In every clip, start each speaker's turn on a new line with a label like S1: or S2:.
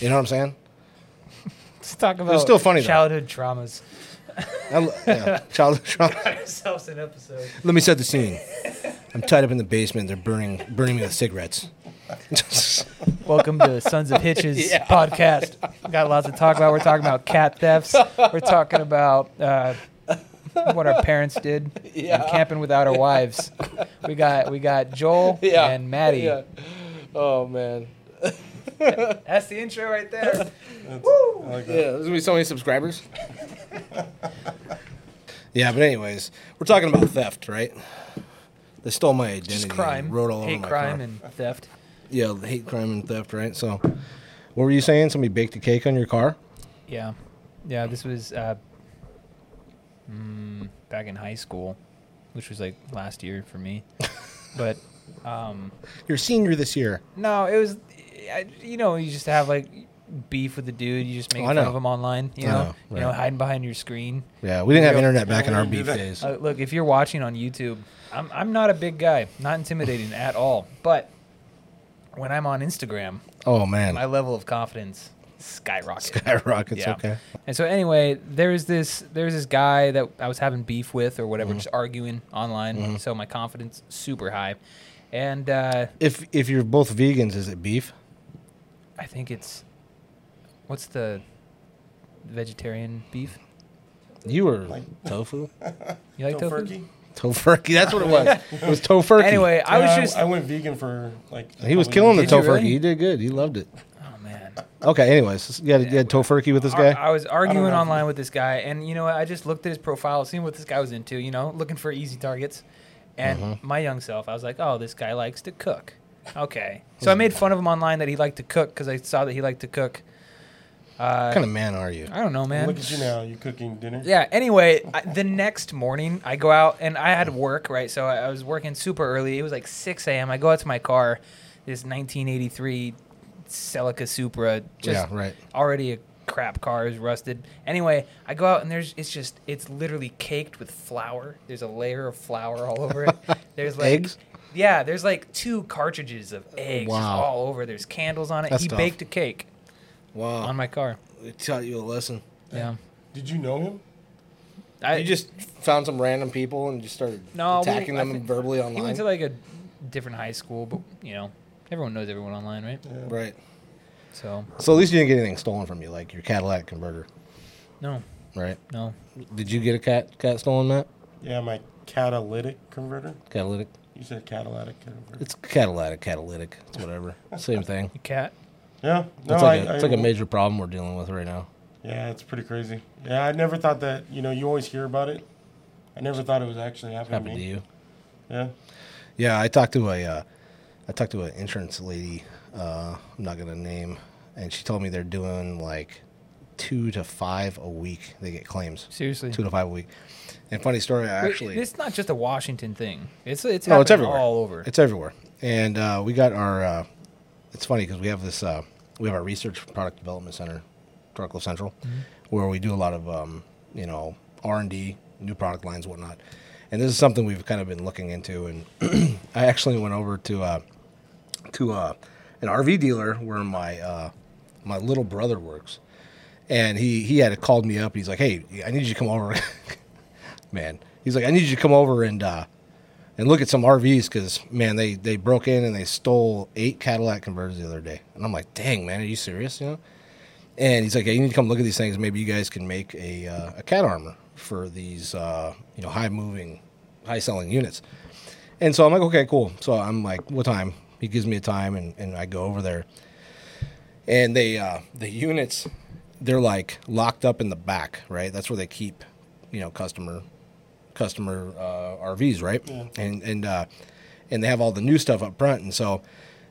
S1: You know what I'm saying?
S2: Let's talk about
S1: still funny, though.
S2: childhood traumas.
S1: I lo- yeah. Child, child-
S2: Ourselves an episode.
S1: Let me set the scene. I'm tied up in the basement. They're burning, burning me with cigarettes.
S2: Welcome to Sons of Hitches podcast. Got lots to talk about. We're talking about cat thefts. We're talking about uh, what our parents did. Yeah. And camping without our wives. We got we got Joel and Maddie.
S3: Yeah. Oh man.
S2: That's the intro right there.
S3: Yeah, there's gonna be so many subscribers.
S1: yeah, but anyways, we're talking about theft, right? They stole my identity.
S2: Just
S1: and
S2: crime,
S1: Wrote all
S2: hate
S1: over my
S2: crime,
S1: car.
S2: and theft.
S1: yeah, hate crime and theft, right? So, what were you saying? Somebody baked a cake on your car?
S2: Yeah, yeah. This was uh, mm, back in high school, which was like last year for me. but um,
S1: You're a senior this year.
S2: no, it was I, you know you just have like beef with the dude. You just make
S1: Oh, I
S2: fun
S1: know.
S2: of him online. You
S1: I
S2: know,
S1: know,
S2: you know,
S1: right.
S2: hiding behind your screen.
S1: Yeah, we didn't have
S2: Yeah.
S1: internet back in
S3: Yeah,
S1: our
S3: we didn't
S1: beef
S3: do that.
S1: days.
S2: Uh, look, if you're watching on YouTube, I'm I'm not a big guy, not intimidating at all. But when I'm on Instagram,
S1: Oh man,
S2: my level of confidence skyrockets.
S1: skyrockets.
S2: Yeah.
S1: Okay.
S2: And so anyway, there's this there's this guy that I was having beef with or whatever,
S1: Mm-hmm.
S2: just arguing online. So my confidence super high, and uh,
S1: If if you're both vegans, is it beef?
S2: I think it's what's the vegetarian beef?
S1: You were tofu,
S2: You like tofu?
S1: tofurkey. That's what it was. it was tofurkey.
S2: Anyway, I was just
S3: Um, I went vegan for like.
S1: he was killing the
S2: Did you
S1: tofurkey.
S2: really?
S1: He did good. He loved it.
S2: oh man,
S1: Okay. Anyways, you had, you had tofurkey with this
S2: Ar-
S1: guy.
S2: I was arguing
S3: know.
S2: online with this guy, and you know what? I just looked at his profile, seeing what this guy was into. You know, looking for easy targets. And
S1: Mm-hmm.
S2: my young self, I was like, "Oh, this guy likes to cook." Okay, so I
S1: Hmm.
S2: made fun of him online that he liked to cook because I saw that he liked to cook. Uh,
S1: What kind of man are you?
S2: I don't know, man.
S3: Look at you now. You cooking dinner?
S2: Yeah. Anyway, I, the next morning I go out and I had work, right? So I, I was working super early. It was like 6 a.m. I go out to my car, this 1983 Celica Supra, just
S1: Yeah, right.
S2: already a crap car, is rusted. Anyway, I go out and there's it's just it's literally caked with flour. There's a layer of flour all over it. There's like
S1: Eggs?
S2: Yeah, there's like two cartridges of eggs just
S1: Wow.
S2: all over. There's candles on it.
S1: That's
S2: he
S1: tough.
S2: baked a cake
S1: Wow.
S2: on my car.
S1: it taught you a lesson.
S2: Yeah.
S3: Did you know him?
S2: I,
S1: You just found some random people and just started
S2: No, we-
S1: attacking
S2: I
S1: them
S2: think-
S1: verbally
S2: He went
S1: online.
S2: to like a different high school, but you know, everyone knows everyone online, right?
S1: right.
S2: So
S1: So at least you didn't get anything stolen from you, like your Cadillac converter,
S2: no,
S1: right?
S2: no.
S1: Did you get a cat cat stolen, Matt?
S3: Yeah, my catalytic converter.
S1: Catalytic.
S3: You said catalytic converter.
S1: It's catalytic, catalytic. It's whatever. Same thing.
S2: Cat.
S3: Yeah. No,
S1: it's like, a
S3: I-
S1: it's
S3: I-
S1: like a major problem we're dealing with right now.
S3: Yeah, it's pretty crazy. Yeah, I never thought that. You know, you always hear about it. I never thought it was actually happening
S1: Happened
S3: to
S1: to
S3: me.
S1: you.
S3: Yeah.
S1: Yeah, I talked to a, uh, I talked to an insurance lady. Uh, I'm not gonna name, and she told me they're doing like two to five a week. They get claims
S2: Seriously.
S1: two to five a week. And funny story, I actually
S2: Wait, it's not just a Washington thing. It's it's
S1: no, it's
S2: happening
S1: everywhere.
S2: all over.
S1: It's everywhere. And uh, we got our. Uh, it's funny because we have this. Uh, we have our research product development center, Torco Central, where we do a lot of um, you know R and D, new product lines, whatnot. And this is something we've kind of been looking into. And I actually went over to uh, to uh, an RV dealer where my uh, my little brother works, and he he had called me up. He's like, "Hey, I need you to come over." man. He's like, I need you to come over and uh, and look at some RVs because man, they they broke in and they stole eight Cadillac converters the other day. And I'm like, dang man, are you serious? You know. And he's like, hey, you need to come look at these things. Maybe you guys can make a uh, a cat armor for these uh, you know high moving, high selling units. And so I'm like, okay, cool. So I'm like, what time? He gives me a time, and, and I go over there and they uh, the units they're like locked up in the back right that's where they keep you know customer customer uh, rvs right and and uh, and they have all the new stuff up front and so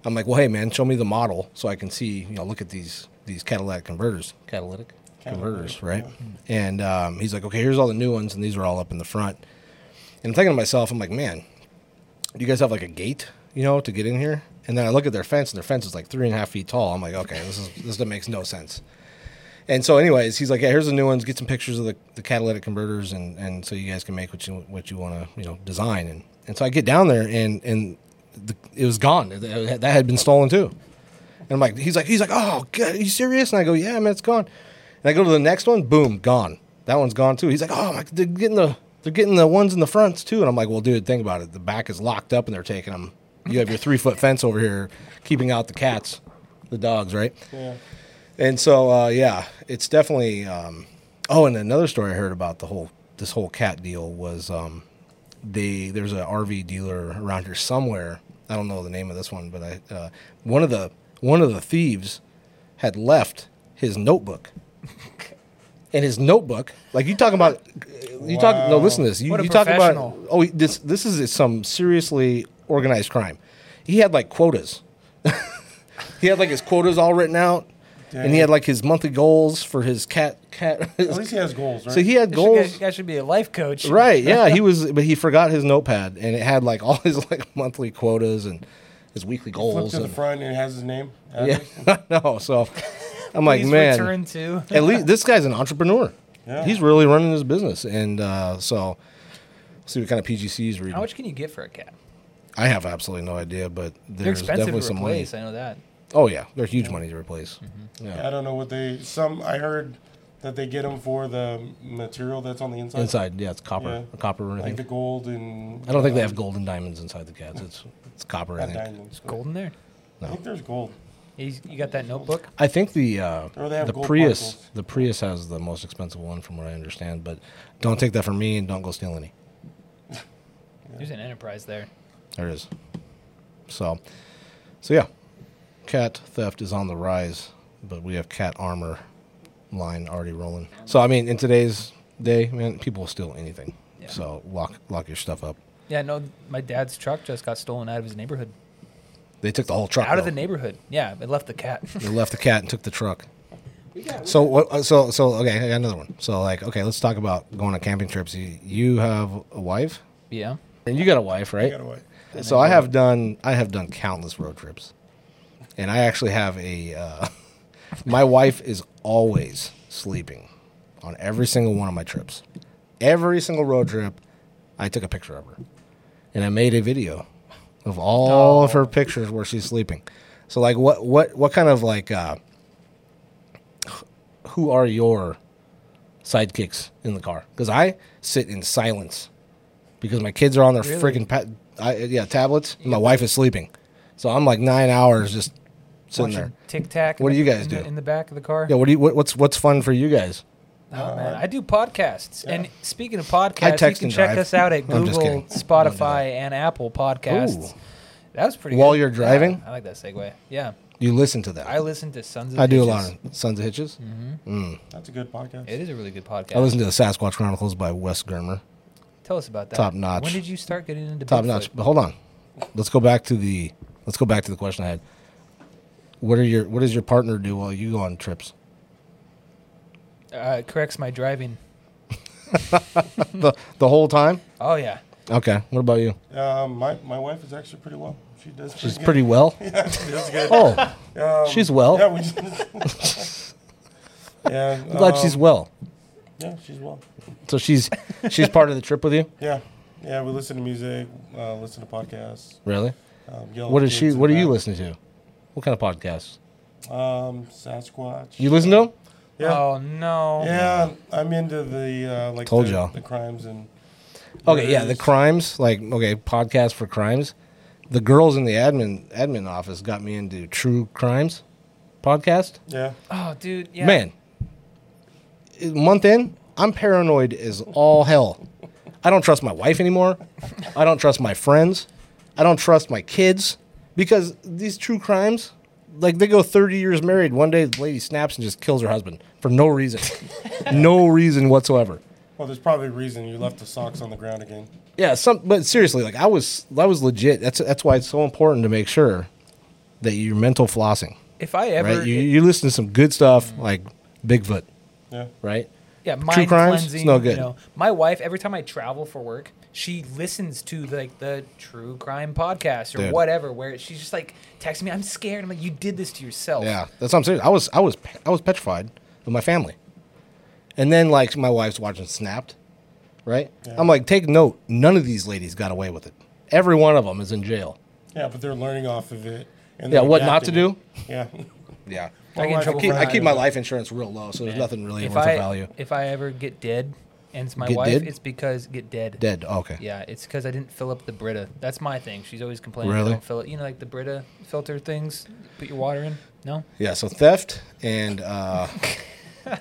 S1: i'm like well hey man show me the model so i can see you know look at these these catalytic converters catalytic converters right and um, he's like okay here's all the new ones and these are all up in the front and i'm thinking to myself i'm like man do you guys have like a gate, you know, to get in here? And then I look at their fence, and their fence is like three and a half feet tall. I'm like, okay, this is this makes no sense. And so, anyways, he's like, yeah, here's the new ones. Get some pictures of the, the catalytic converters, and, and so you guys can make what you what you want to you know design. And and so I get down there, and and the, it was gone. That had been stolen too. And I'm like, he's like, he's like, oh, God, are you serious? And I go, yeah, man, it's gone. And I go to the next one, boom, gone. That one's gone too. He's like, oh, my, they're getting the they're getting the ones in the fronts too. And I'm like, well, dude, think about it. The back is locked up, and they're taking them. You have your three foot fence over here, keeping out the cats, the dogs, right?
S3: Yeah.
S1: And so, uh, yeah, it's definitely. Um, oh, and another story I heard about the whole this whole cat deal was um, they there's an RV dealer around here somewhere. I don't know the name of this one, but I uh, one of the one of the thieves had left his notebook. And his notebook, like you talking about, you talk. No,
S3: Wow.
S1: listen to this. You,
S2: What a
S1: you talk about.
S2: professional.
S1: Oh, this this is some seriously organized crime. He had like quotas. He had like his quotas all written out, and he
S3: Dang.
S1: had like his monthly goals for his cat cat.
S3: At least he has goals, right?
S1: so he had
S2: This should-
S1: goals,
S2: guy should be a life coach.
S1: right? Yeah, he was, but he forgot his notepad, and it had like all his like monthly quotas and his weekly
S3: flipped
S1: goals.
S3: to the
S1: And,
S3: front and it has his name.
S1: yeah, no. So I'm like,
S2: Please
S1: man,
S2: return to.
S1: at least this guy's an entrepreneur.
S3: Yeah.
S1: He's really running his business, and uh, so see what kind of PGCs he's reading.
S2: How much can you get for a cat?
S1: I have absolutely no idea, but
S2: They're
S1: there's
S2: expensive
S1: definitely
S2: to
S1: some money.
S2: replace. Mm-hmm. I know that.
S1: Oh yeah, they're huge money to replace.
S3: I don't know what they. Some I heard that they get them for the material that's on the inside,
S1: Inside, yeah, it's copper,
S3: Yeah.
S1: copper. I
S3: like
S1: think.
S3: the gold and.
S1: I don't think they have gold and diamonds inside the cats. It's it's copper. I
S3: Not
S1: think.
S3: diamonds. but-
S2: Gold in there.
S3: I think there's gold.
S2: He's, you got that notebook?
S1: I think the uh,
S3: Or they have
S1: the
S3: gold
S1: Prius
S3: particles.
S1: the Prius has the most expensive one from what I understand. But don't take that from me and don't go steal any.
S2: There's an enterprise there.
S1: There it is. So, so yeah, cat theft is on the rise, but we have cat armor line already rolling. So I mean, in today's day, man, people will steal anything.
S2: Yeah.
S1: So lock lock your stuff up.
S2: Yeah, no, my dad's truck just got stolen out of his neighborhood.
S1: They took the whole truck
S2: Out of
S1: though.
S2: the neighborhood. Yeah, it left the cat.
S1: They left the cat and took the truck. So what? uh, So so okay. I got another one. So like okay, let's talk about going on camping trips. You, you have a wife,
S2: yeah.
S1: and you got a wife, right?
S3: Got away.
S1: so I have done I have done countless road trips, and I actually have a. Uh, my wife is always sleeping on every single one of my trips. Every single road trip, I took a picture of her, and I made a video of
S2: Oh.
S1: all of her pictures where she's sleeping. So like, what what what kind of like, uh, who are your sidekicks in the car? Because I sit in silence because my kids are on their
S2: Really?
S1: freaking pa- I, yeah tablets. and my wife is sleeping, so I'm like nine hours just sitting there.
S2: Watching Tic Tac. in
S1: What do
S2: the-
S1: you guys
S2: in the-
S1: do?
S2: in the back of the car.
S1: Yeah, what do you what, what's what's fun for you guys?
S2: Oh man,
S1: Uh,
S2: I do podcasts. And speaking of podcasts,
S1: text
S2: you
S1: and
S2: can check
S1: drive.
S2: us out at
S1: I'm just
S2: Google,
S1: kidding. Don't do that.
S2: Spotify, and Apple podcasts.
S1: Ooh.
S2: That was pretty.
S1: While
S2: good.
S1: you're
S2: Yeah,
S1: driving?
S2: I like that segue. Yeah,
S1: You listen to that.
S2: I
S1: I,
S2: listen to Sons of.
S1: do a
S2: Bitches.
S1: lot of Sons of Hitches.
S3: That's a good podcast.
S2: It is a really good podcast.
S1: I listen to the Sasquatch Chronicles by Wes Germer.
S2: Tell us about that.
S1: Top notch.
S2: When did you start getting into
S1: Top
S2: Bigfoot?
S1: notch. But hold on. Let's go back to the let's go back to the question I had. What are your what does your partner do while you go on trips?
S2: Uh, it corrects my driving.
S1: The the whole time?
S2: Oh yeah,
S1: Okay. What about you?
S3: Um, my, my wife is actually pretty well. She does. Pretty
S1: She's
S3: good.
S1: pretty well.
S3: Yeah, she does good.
S1: Oh,
S3: Um,
S1: she's well.
S3: Yeah, we just, yeah.
S1: I'm glad she's
S3: um,
S1: well.
S3: Yeah, she's well.
S1: So she's she's part of the trip with you?
S3: Yeah, yeah. We listen to music, uh, listen to podcasts.
S1: Really?
S3: Um, yell at
S1: What is
S3: kids
S1: she
S3: in the
S1: what are you
S3: back.
S1: listening to? What kind of podcasts?
S3: Um, Sasquatch.
S1: You listen to them?
S3: Yeah.
S2: Oh no.
S3: Yeah, I'm into the uh, like
S1: Told
S3: the,
S1: y'all.
S3: the crimes and
S1: Okay, yeah, the
S3: murders.
S1: crimes, like okay, podcast for crimes. The girls in the admin admin office got me into true crimes podcast.
S3: Yeah,
S2: Oh dude. Yeah.
S1: Man, i- month in, I'm paranoid as all hell. I don't trust my wife anymore. I don't trust my friends. I don't trust my kids because these true crimes, like they go 30 years married, one day the lady snaps and just kills her husband for no reason, no reason whatsoever.
S3: well, there's probably a reason you left the socks on the ground again.
S1: Yeah, some but seriously, like I was I was legit. That's that's why it's so important to make sure that you're mental flossing.
S2: If I ever.
S1: right? You you listen to some good stuff like Bigfoot,
S3: Yeah,
S1: right?
S2: Yeah, mind
S1: crimes? It's
S2: cleansing.
S1: no good.
S2: You know, my wife, every time I travel for work, she listens to like the true crime podcast or
S1: Dude.
S2: whatever. Where she's just like texting me, "I'm scared." I'm like, "You did this to yourself."
S1: Yeah, that's what I'm saying. I was I was pe- I was petrified with my family, and then like my wife's watching Snapped, right? I'm like, take note, none of these ladies got away with it. Every one of them is in jail.
S3: yeah, but they're learning off of it And
S1: Yeah,
S3: they
S1: what not to
S3: adapted
S1: do?
S3: it. Yeah.
S1: Yeah.
S2: I get in
S3: life
S1: I
S2: trouble
S1: keep,
S2: for
S1: I
S2: that.
S1: keep my life insurance real low, so there's nothing really
S2: if
S1: worth
S2: I
S1: of value.
S2: if I ever get dead, and it's my
S1: Get
S2: wife,
S1: dead?
S2: it's because get dead.
S1: Dead. Oh, okay.
S2: Yeah, it's because I didn't fill up the Brita. That's my thing. She's always complaining. I
S1: Really?
S2: don't fill it. You know, like the Brita filter things. Put your water in. No.
S1: Yeah. So theft and uh,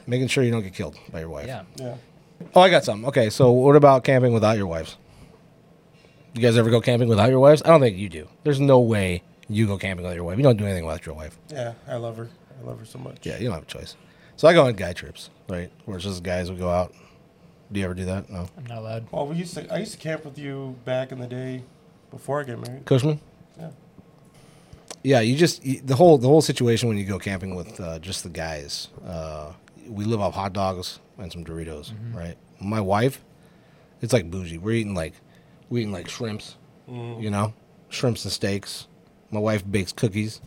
S1: making sure you don't get killed by your wife.
S2: Yeah.
S3: Yeah.
S1: Oh, I got some. Okay. So what about camping without your wives? You guys ever go camping without your wives? I don't think you do. There's no way you go camping without your wife. You don't do anything without your wife.
S3: Yeah. I love her. I love her so much.
S1: Yeah, you don't have a choice. So I go on guy trips, right? Where it's just guys we go out. Do you ever do that? No.
S2: I'm not allowed.
S3: Well, we used to. I used to camp with you back in the day, before I got married.
S1: Cushman?
S3: Yeah.
S1: Yeah, you just you- the whole the whole situation when you go camping with uh, just the guys. Uh, we live off hot dogs and some Doritos, right? My wife, it's like bougie. We're eating like we're eating like shrimps, you know, shrimps and steaks. My wife bakes cookies,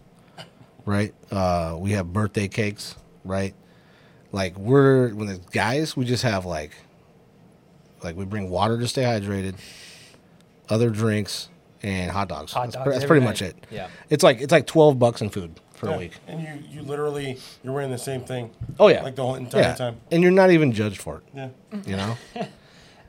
S1: right? Uh, we have birthday cakes, right? Like we're when the guys, we just have like like we bring water to stay hydrated, other drinks, and hot dogs.
S2: Hot
S1: that's
S2: dogs
S1: pre- that's
S2: every
S1: pretty
S2: night.
S1: much it.
S2: Yeah.
S1: It's like it's like twelve bucks in food for
S3: Yeah.
S1: a week.
S3: And you, you literally, you're wearing the same thing.
S1: Oh yeah.
S3: Like the whole entire
S1: Yeah.
S3: time.
S1: And you're not even judged for it.
S3: Yeah.
S1: You know?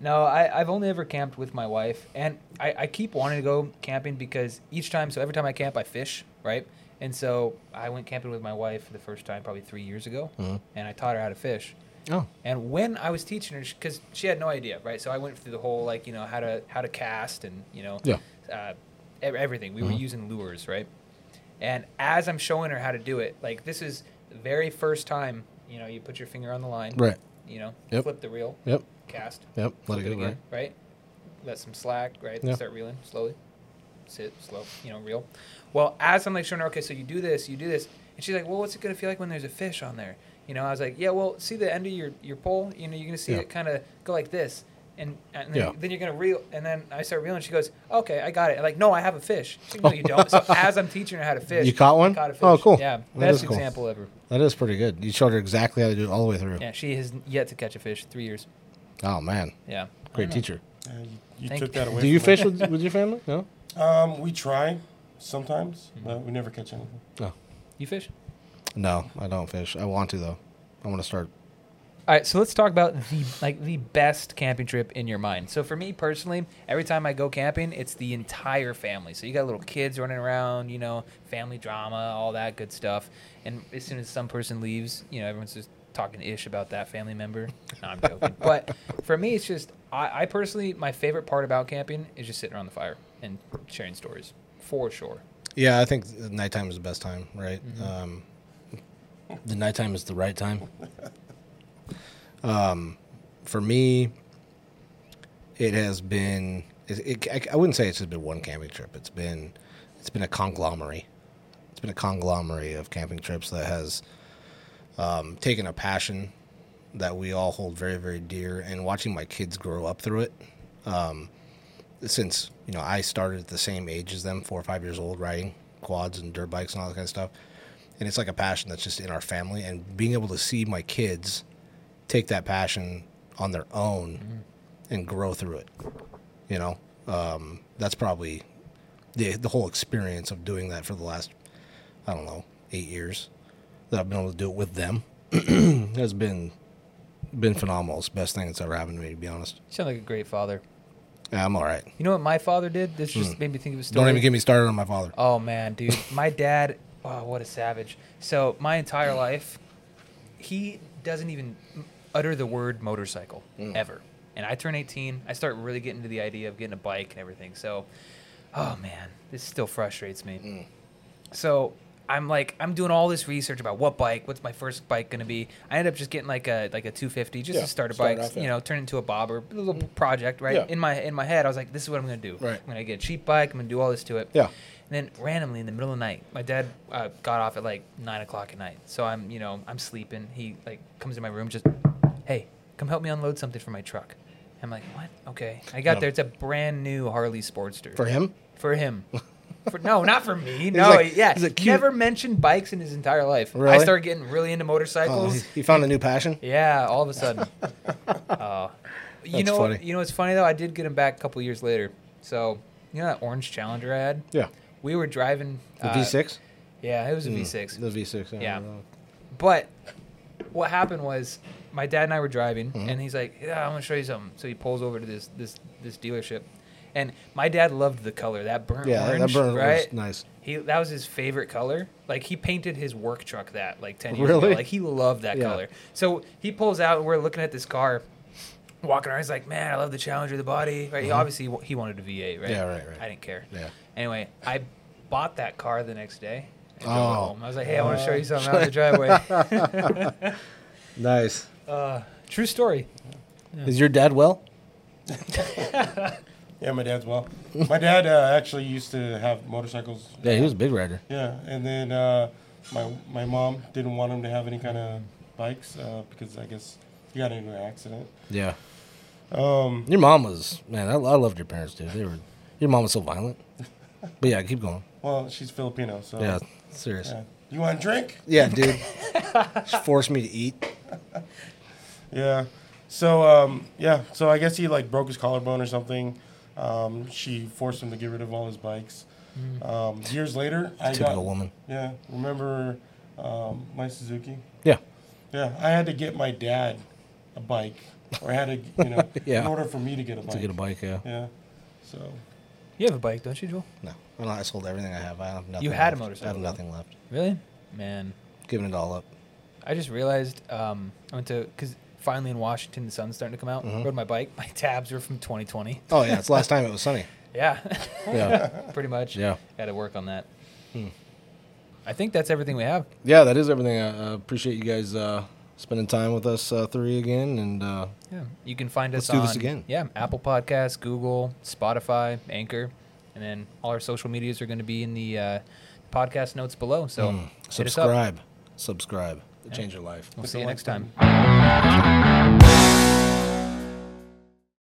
S2: No, I, I've only ever camped with my wife, and I, I keep wanting to go camping because each time, so every time I camp, I fish, right? And so I went camping with my wife for the first time probably three years ago,
S1: Mm-hmm.
S2: and I taught her how to fish.
S1: oh.
S2: And when I was teaching her, because she had no idea, right? So I went through the whole like you know how to how to cast and you know
S1: Yeah. Mm-hmm.
S2: uh, ev- everything. We were using lures, right? And as I'm showing her how to do it, like this is the very first time you know you put your finger on the line,
S1: Right.
S2: You know,
S1: Yep.
S2: flip the reel,
S1: Yep.
S2: cast,
S1: Yep. Let
S2: flip
S1: it
S2: it
S1: go.
S2: again,
S1: Right.
S2: right? Let some slack, right?
S1: Yeah.
S2: Start reeling slowly. Sit slow, you know, reel. Well, as I'm like showing her, okay, so you do this, you do this, and she's like, well, what's it gonna feel like when there's a fish on there? You know, I was like, yeah, well, see the end of your your pole, you know, you're gonna see
S1: Yeah.
S2: it kind of go like this, and, and then,
S1: Yeah.
S2: then you're gonna reel, and then I start reeling. She goes, okay, I got it. I'm like, no, I have a fish. She's like, no, you don't. So as I'm teaching her how to fish,
S1: You caught one?
S2: I Caught a fish.
S1: Oh, cool.
S2: Yeah,
S1: That is
S2: best
S1: cool.
S2: example ever.
S1: That is pretty good. You showed her exactly how to do it all the way through.
S2: Yeah, she has yet to catch a fish. Three years.
S1: Oh man.
S2: Yeah. I
S1: Great
S2: know.
S1: teacher.
S3: Yeah, you you
S2: Thank
S3: took
S2: you.
S3: that away.
S1: Do you
S3: from
S1: fish
S3: me.
S1: with, with your family? No?
S3: Um, we try sometimes, but we never catch anything.
S1: No.
S2: You fish?
S1: No, I don't fish. I want to though. I want to start
S2: All right, so let's talk about the like the best camping trip in your mind. So for me personally, every time I go camping, it's the entire family. So you got little kids running around, you know, family drama, all that good stuff. And as soon as some person leaves, you know, everyone's just talking ish about that family member. No, I'm joking. but for me, it's just I, I personally my favorite part about camping is just sitting around the fire and sharing stories for sure.
S1: Yeah, I think nighttime is the best time, right? Um, the nighttime is the right time. um, for me, it has been. It, it, I, I wouldn't say it's just been one camping trip. It's been, it's been a conglomerate. It's been a conglomerate of camping trips that has um, taken a passion that we all hold very, very dear, and watching my kids grow up through it since you know I started at the same age as them, four or five years old, riding quads and dirt bikes and all that kind of stuff, and it's like a passion that's just in our family. And being able to see my kids take that passion on their own and grow through it, you know, um, that's probably the the whole experience of doing that for the last I don't know eight years that I've been able to do it with them has been been phenomenal. It's the best thing that's ever happened to me, to be honest.
S2: You sound like a great father.
S1: Yeah, I'm all right.
S2: You know what my father did? This just made me think of a story.
S1: Hmm. Don't even get me started on my father.
S2: Oh man, dude, my dad. Oh, what a savage! So my entire life, he doesn't even utter the word motorcycle
S1: Mm.
S2: ever. And I turn 18, I start really getting to the idea of getting a bike and everything. So, oh man, this still frustrates me.
S1: Mm.
S2: So I'm like, I'm doing all this research about what bike, what's my first bike gonna be. I end up just getting like a like a 250 just
S1: Yeah,
S2: to start a
S1: start
S2: bike,
S1: off, yeah. Mm.
S2: you know, turn it into a bobber, a little project, right?
S1: Yeah.
S2: In my in my head, I was like, this is what I'm gonna do.
S1: Right.
S2: I'm gonna get a cheap bike. I'm gonna do all this to it.
S1: Yeah.
S2: And then randomly in the middle of the night, my dad uh, got off at like nine o'clock at night. So I'm, you know, I'm sleeping. He like comes in my room, just, hey, come help me unload something from my truck. I'm like, what? Okay. I got
S1: Yeah.
S2: there. It's a brand new Harley Sportster.
S1: For him?
S2: For him. For, no, not for me. No,
S1: like-
S2: yeah.
S1: he's like,
S2: He
S1: cute.
S2: never mentioned bikes in his entire life. I
S1: Really?
S2: started getting really into motorcycles.
S1: Oh, he, he found a new passion?
S2: Yeah, all of a sudden. Oh. you
S1: That's
S2: know,
S1: funny.
S2: you know what's funny though? I did get him back a couple years later. So you know that orange Challenger I had?
S1: Yeah.
S2: We were driving
S1: The
S2: uh,
S1: V6?
S2: Yeah, it was a 6
S1: Hmm. The V6. I
S2: Yeah.
S1: don't know.
S2: But what happened was my dad and I were driving,
S1: Hmm.
S2: and he's like, "Yeah, I'm gonna show you something." So he pulls over to this this this dealership, and my dad loved the color that burnt
S1: Yeah, that-
S2: orange.
S1: that burnt
S2: right?
S1: orange was nice.
S2: He that was his favorite color. Like he painted his work truck that like ten years ago.
S1: Really?
S2: Like he loved that
S1: Yeah.
S2: color. So he pulls out, and we're looking at this car. Walking around, he's like, "Man, I love the Challenger, the body." Right? He obviously wa- he wanted a V8, right?
S1: Mm-hmm. Yeah, right, right.
S2: I didn't care.
S1: Yeah.
S2: Anyway, I bought that car the next day. and drove it
S1: Oh.
S2: home. I was like, "Hey, I want to show you something out of the driveway."
S1: Nice.
S2: Uh, true story.
S1: Is your dad well?
S3: Yeah, my dad's well. My dad uh, actually used to have motorcycles.
S1: Yeah, he was a big rider.
S3: Yeah, and then uh, my my mom didn't want him to have any kind of bikes uh, because I guess he got into an accident.
S1: Yeah.
S3: Um,
S1: Your mom was man. I, I loved your parents, dude. They were. Your mom was so violent. But yeah, keep going.
S3: well, she's Filipino, so
S1: Yeah, serious.
S3: yeah. You want a drink?
S1: Yeah, dude. she forced me to eat.
S3: Yeah. So um, yeah, so I guess he like broke his collarbone or something. Um, she forced him to get rid of all his bikes. Um, years later, I
S1: Typical
S3: got,
S1: woman.
S3: Yeah, remember um, my Suzuki?
S1: Yeah.
S3: Yeah, I had to get my dad a bike, or I had to, you know,
S1: Yeah.
S3: in order for me to get a bike.
S1: To get a bike, yeah.
S3: yeah. So
S2: You have a bike, don't you, Joel?
S1: No, I'm not, I sold everything I have. I have nothing.
S2: You had
S1: left.
S2: a motorcycle,
S1: I have
S2: though.
S1: nothing left.
S2: Really? Man,
S1: Giving it all up.
S2: I just realized um, I went to because finally in Washington the sun's starting to come out.
S1: Mm-hmm.
S2: Rode my bike. My tabs were from 2020.
S1: Oh yeah, it's the last time it was sunny.
S2: Yeah,
S1: Yeah,
S2: pretty much.
S1: Yeah. Hmm.
S2: Got to work on that. I think that's everything we have.
S1: yeah. That is everything. I uh, appreciate you guys uh, spending time with us uh, three again, and uh,
S2: Yeah. You can find us.
S1: Let's do this
S2: on-
S1: again.
S2: Yeah, Apple Podcasts, Google, Spotify, Anchor, and then all our social medias are going to be in the uh, podcast notes below. So
S1: Hmm.
S2: hit us up.
S1: subscribe, subscribe. It'll Change your life.
S2: We'll see you next time.